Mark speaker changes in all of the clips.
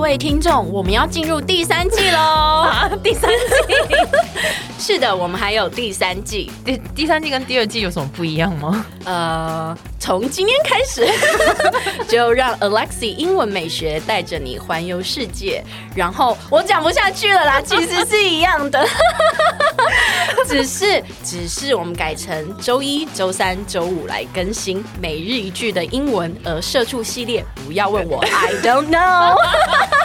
Speaker 1: 位听众，我们要进入第三季喽！
Speaker 2: 啊， 第三季，
Speaker 1: 是的，我们还有第三季。
Speaker 2: 第第三季跟第二季有什么不一样吗？
Speaker 1: 呃，从今天开始， 就让 Alexi 英文美学带着你环游世界。然后我讲不下去了啦，其实是一样的，只是只是我们改成周一、周三、周五来更新每日一句的英文，而社畜系列不要问 我，I don't know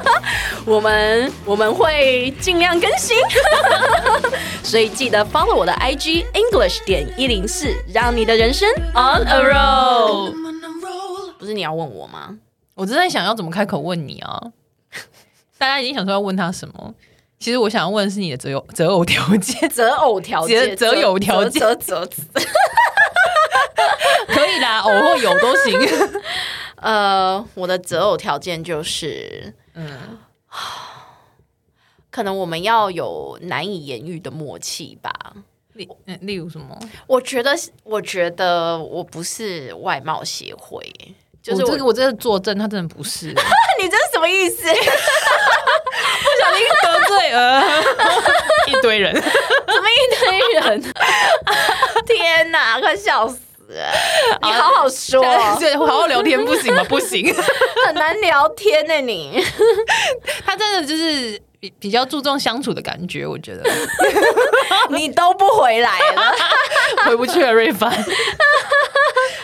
Speaker 1: 我们我们会尽量更新， 所以记得 follow 我的 IG English 点一零四，让你的人生 on a roll。
Speaker 3: I'm on a roll.
Speaker 1: 不是你要问我吗？
Speaker 2: 我正在想要怎么开口问你啊！ 大家已经想说要问他什么，其实我想要问的是你的择友择偶条件
Speaker 1: 择偶条件，
Speaker 2: 择择友条件
Speaker 1: 择择择
Speaker 2: 可以啦，偶或有都行。
Speaker 1: 呃，我的择偶条件就是，嗯
Speaker 2: 嗯，
Speaker 1: 可能我们要有难以言喻的默契吧。
Speaker 2: 例嗯例如什么？
Speaker 1: 我觉得，我觉得我不是外貌协会，就
Speaker 2: 就
Speaker 1: 我啊
Speaker 2: 是是我这个我这个作证，他真的不 是
Speaker 1: 你这是什么意 思？
Speaker 2: 得罪了 一堆人。
Speaker 1: 怎么一堆人？天哪，快笑死了！你好好说，
Speaker 2: 对，好好聊天不行吗？不 行，
Speaker 1: 很难聊天呢、你。
Speaker 2: 他真的就是比比较注重相处的感觉，我觉得
Speaker 1: 你都不回来了。
Speaker 2: 回不去了瑞 凡。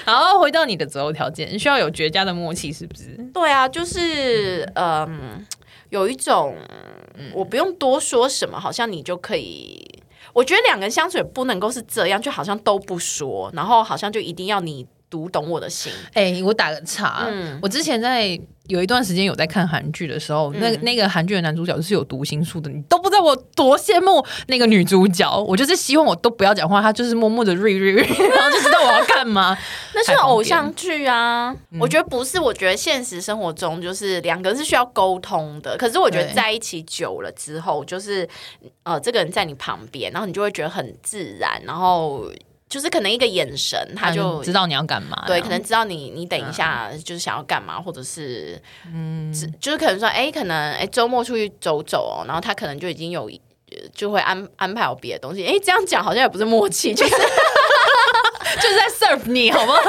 Speaker 2: 然后回到你的择偶条件，需要有绝佳的默契，是不是？
Speaker 1: 对啊，就是嗯，有一种我不用多说什么，好像你就可以。我觉得两个人相处也不能够是这样，就好像都不说，然后好像就一定要你读懂我的心。
Speaker 2: 哎、我打个岔，
Speaker 1: 嗯
Speaker 2: 我之前在有一段时间有在看韩剧的时候，那那个韩剧的男主角就是有读心术的，你都不知道我多羡慕 那个女主角，我就是希望我都不要讲话，他就是默默的瑞瑞 瑞，然后就知道我要干 嘛。
Speaker 1: 那是
Speaker 2: 海旁
Speaker 1: 偶
Speaker 2: 边
Speaker 1: 像剧啊，我觉得不是。我觉得现实生活中就是两个人是需要沟通的，可是我觉得
Speaker 2: 对
Speaker 1: 在一起久了之后，就是呃，这个人在你旁边，然后你就会觉得很自然，然后就是可能一个眼神，他就
Speaker 2: 知道啊你要干嘛，
Speaker 1: 对，可能知道你你等一下就是想要干嘛，或者是嗯，只就是可能说，哎、可能哎周、末出去走走哦，然后他可能就已经有呃就会安安排好别的东西。哎、这样讲好像也不是默契， 就是
Speaker 2: 就是在 serve 你，好不 好？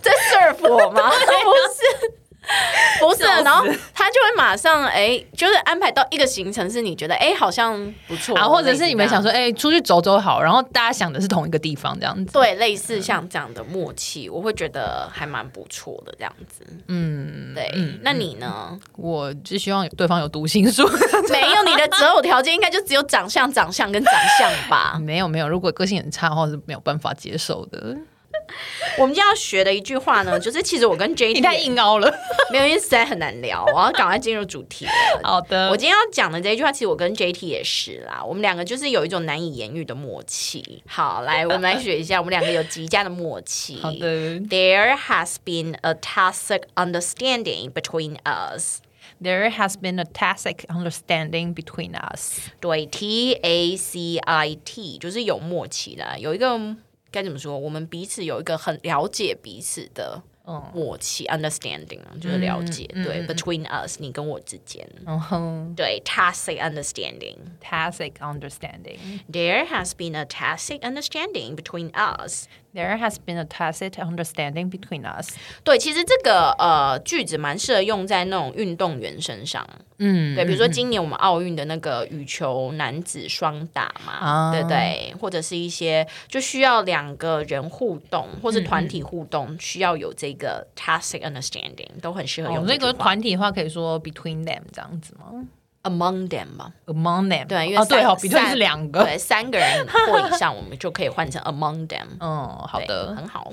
Speaker 1: 在 serve 我吗？ 不是，不是。然后他就会马上哎、就是安排到一个行程，是你觉得哎、好像不错，
Speaker 2: 啊，或者是你们想
Speaker 1: 说。
Speaker 2: 说，哎、出去走走好，然后大家想的是同一个地方这样子。
Speaker 1: 对，类似像这样的默契，我会觉得还蛮不错的，这样子。嗯，对。那你呢？
Speaker 2: 我就希望对方有读心术，。
Speaker 1: 没有你的择偶条件，应该就只有长相、长相跟长相吧
Speaker 2: 没有没有，如果个性很差的话我是没有办法接受的。
Speaker 1: 我们今天要学的一句话呢，就是其实我跟 J
Speaker 2: 你太硬凹了。
Speaker 1: 没有，因为实在很难聊，我要赶快进入主题了。
Speaker 2: 好的，
Speaker 1: 我今天要讲的这一句话，其实我跟 JT 也是啦，我们两个就是有一种难以言喻的默契。好，来，我们来学一下，我们两个有极佳的默 契。
Speaker 2: 好的。
Speaker 1: There has been a tacit understanding between us.
Speaker 2: There has been a tacit understanding between us。
Speaker 1: 对，T A C I T 就是有默契啦，有一个该怎么说？我们彼此有一个很了解彼此的默契、u n d e r s t a n d i n g 就是了解。对、b e t w e e n us，你跟我之间，
Speaker 2: 然后
Speaker 1: 对，tacit understanding。
Speaker 2: tacit understanding。
Speaker 1: There has been a tacit understanding between us。
Speaker 2: There has been a tacit understanding between us。
Speaker 1: 对，其实这个呃句子蛮适合用在那种运动员身上。嗯，对，比如说今年我们奥运的那个羽球男子双打嘛，
Speaker 2: 啊
Speaker 1: 对不对？或者是一些就需要两个人互动或是团体互动，需要有这个 tacit understanding，都很适合
Speaker 2: 我
Speaker 1: 用
Speaker 2: 们
Speaker 1: 这
Speaker 2: 这
Speaker 1: 句
Speaker 2: 哦个
Speaker 1: 话。
Speaker 2: 团体的话，可以说 between them 这样子吗
Speaker 1: among them 吧，
Speaker 2: ？Among them。
Speaker 1: 对，因为
Speaker 2: 哦对
Speaker 1: 三
Speaker 2: 哦，between
Speaker 1: 三
Speaker 2: 是两个。
Speaker 1: 对，三个人或以上，我们就可以换成 among them。
Speaker 2: 嗯，好
Speaker 1: 对
Speaker 2: 的。
Speaker 1: 很好。